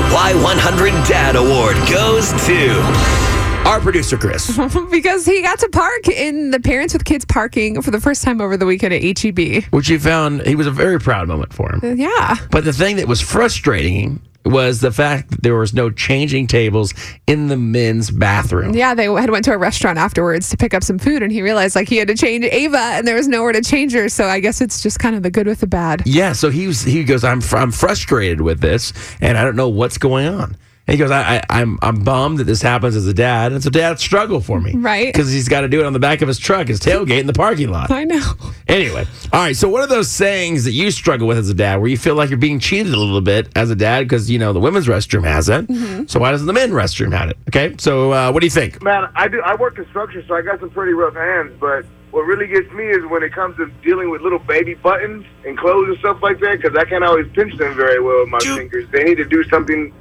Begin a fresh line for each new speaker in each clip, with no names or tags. Y100 Dad Award goes to. Our producer, Chris.
Mm-hmm. because he got to park in the parents with kids parking for the first time over the weekend at E HEB.
which he found he was a very proud moment for him.
Yeah.
But the thing that was frustrating was the fact that there was no changing tables in the men's bathroom.
Yeah, they had went to a restaurant afterwards to pick up some food, and he realized like he had to change Ava, and there was nowhere to change her. So I guess it's just kind of the good with the bad.
Yeah, so he was, he goes, I'm fr- I'm frustrated with this, and I don't know what's going on. And he goes, I, I I'm I'm bummed that this happens as a dad, and it's a dad struggle for me,
Right.
Because he's got to do it on the back of his truck, his tailgate in the parking lot.
I know.
Anyway, all right. So, what are those sayings that you struggle with as a dad, where you feel like you're being cheated a little bit as a dad because you know the women's restroom has it? So why doesn't the men's restroom have it? Okay. So, uh, what do you think?
Man, I do. I work construction, so I got some pretty rough hands. But what really gets me is when it comes to dealing with little baby buttons and clothes and stuff like that, because I can't always pinch them very well with my fingers. They need to do something,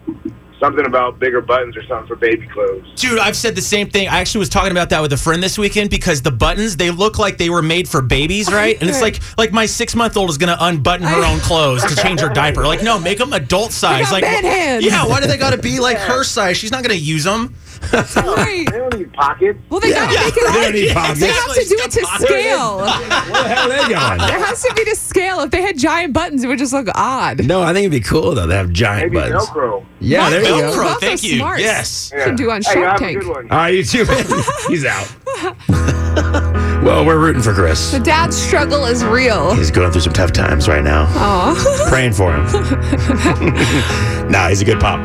something about bigger buttons or something for baby clothes.
Dude, I've said the same thing. I actually was talking about that with a friend this weekend because the buttons they look like they were made for babies,
Oh,
right? And it's like like my six month old is gonna unbutton her own clothes to change her diaper. Like, no, make them adult size.
got
Like,
bad hands.
yeah, why do they gotta be like her size? She's not gonna use them.
Right.
They don't need pockets.
Well, they gotta make
They don't
it.
need
Right. They have
pockets.
to do it to scale.
Where the hell are they going?
There has to be to scale. If they had giant buttons, it would just look odd.
No, I think it'd be cool though. They have giant
Maybe
buttons.
Velcro.
Yeah, there you
Velcro.
go.
Velcro,
Both
thank
are
you.
smarts.
Yes.
You can do on
Hey, y'all
Shark
have a
Tank.
good one.
All right, you too. man. He's out. well, we're rooting for Chris.
The dad struggle is real.
He's going through some tough times right now.
Aw.
Praying for him. nah, he's a good pop.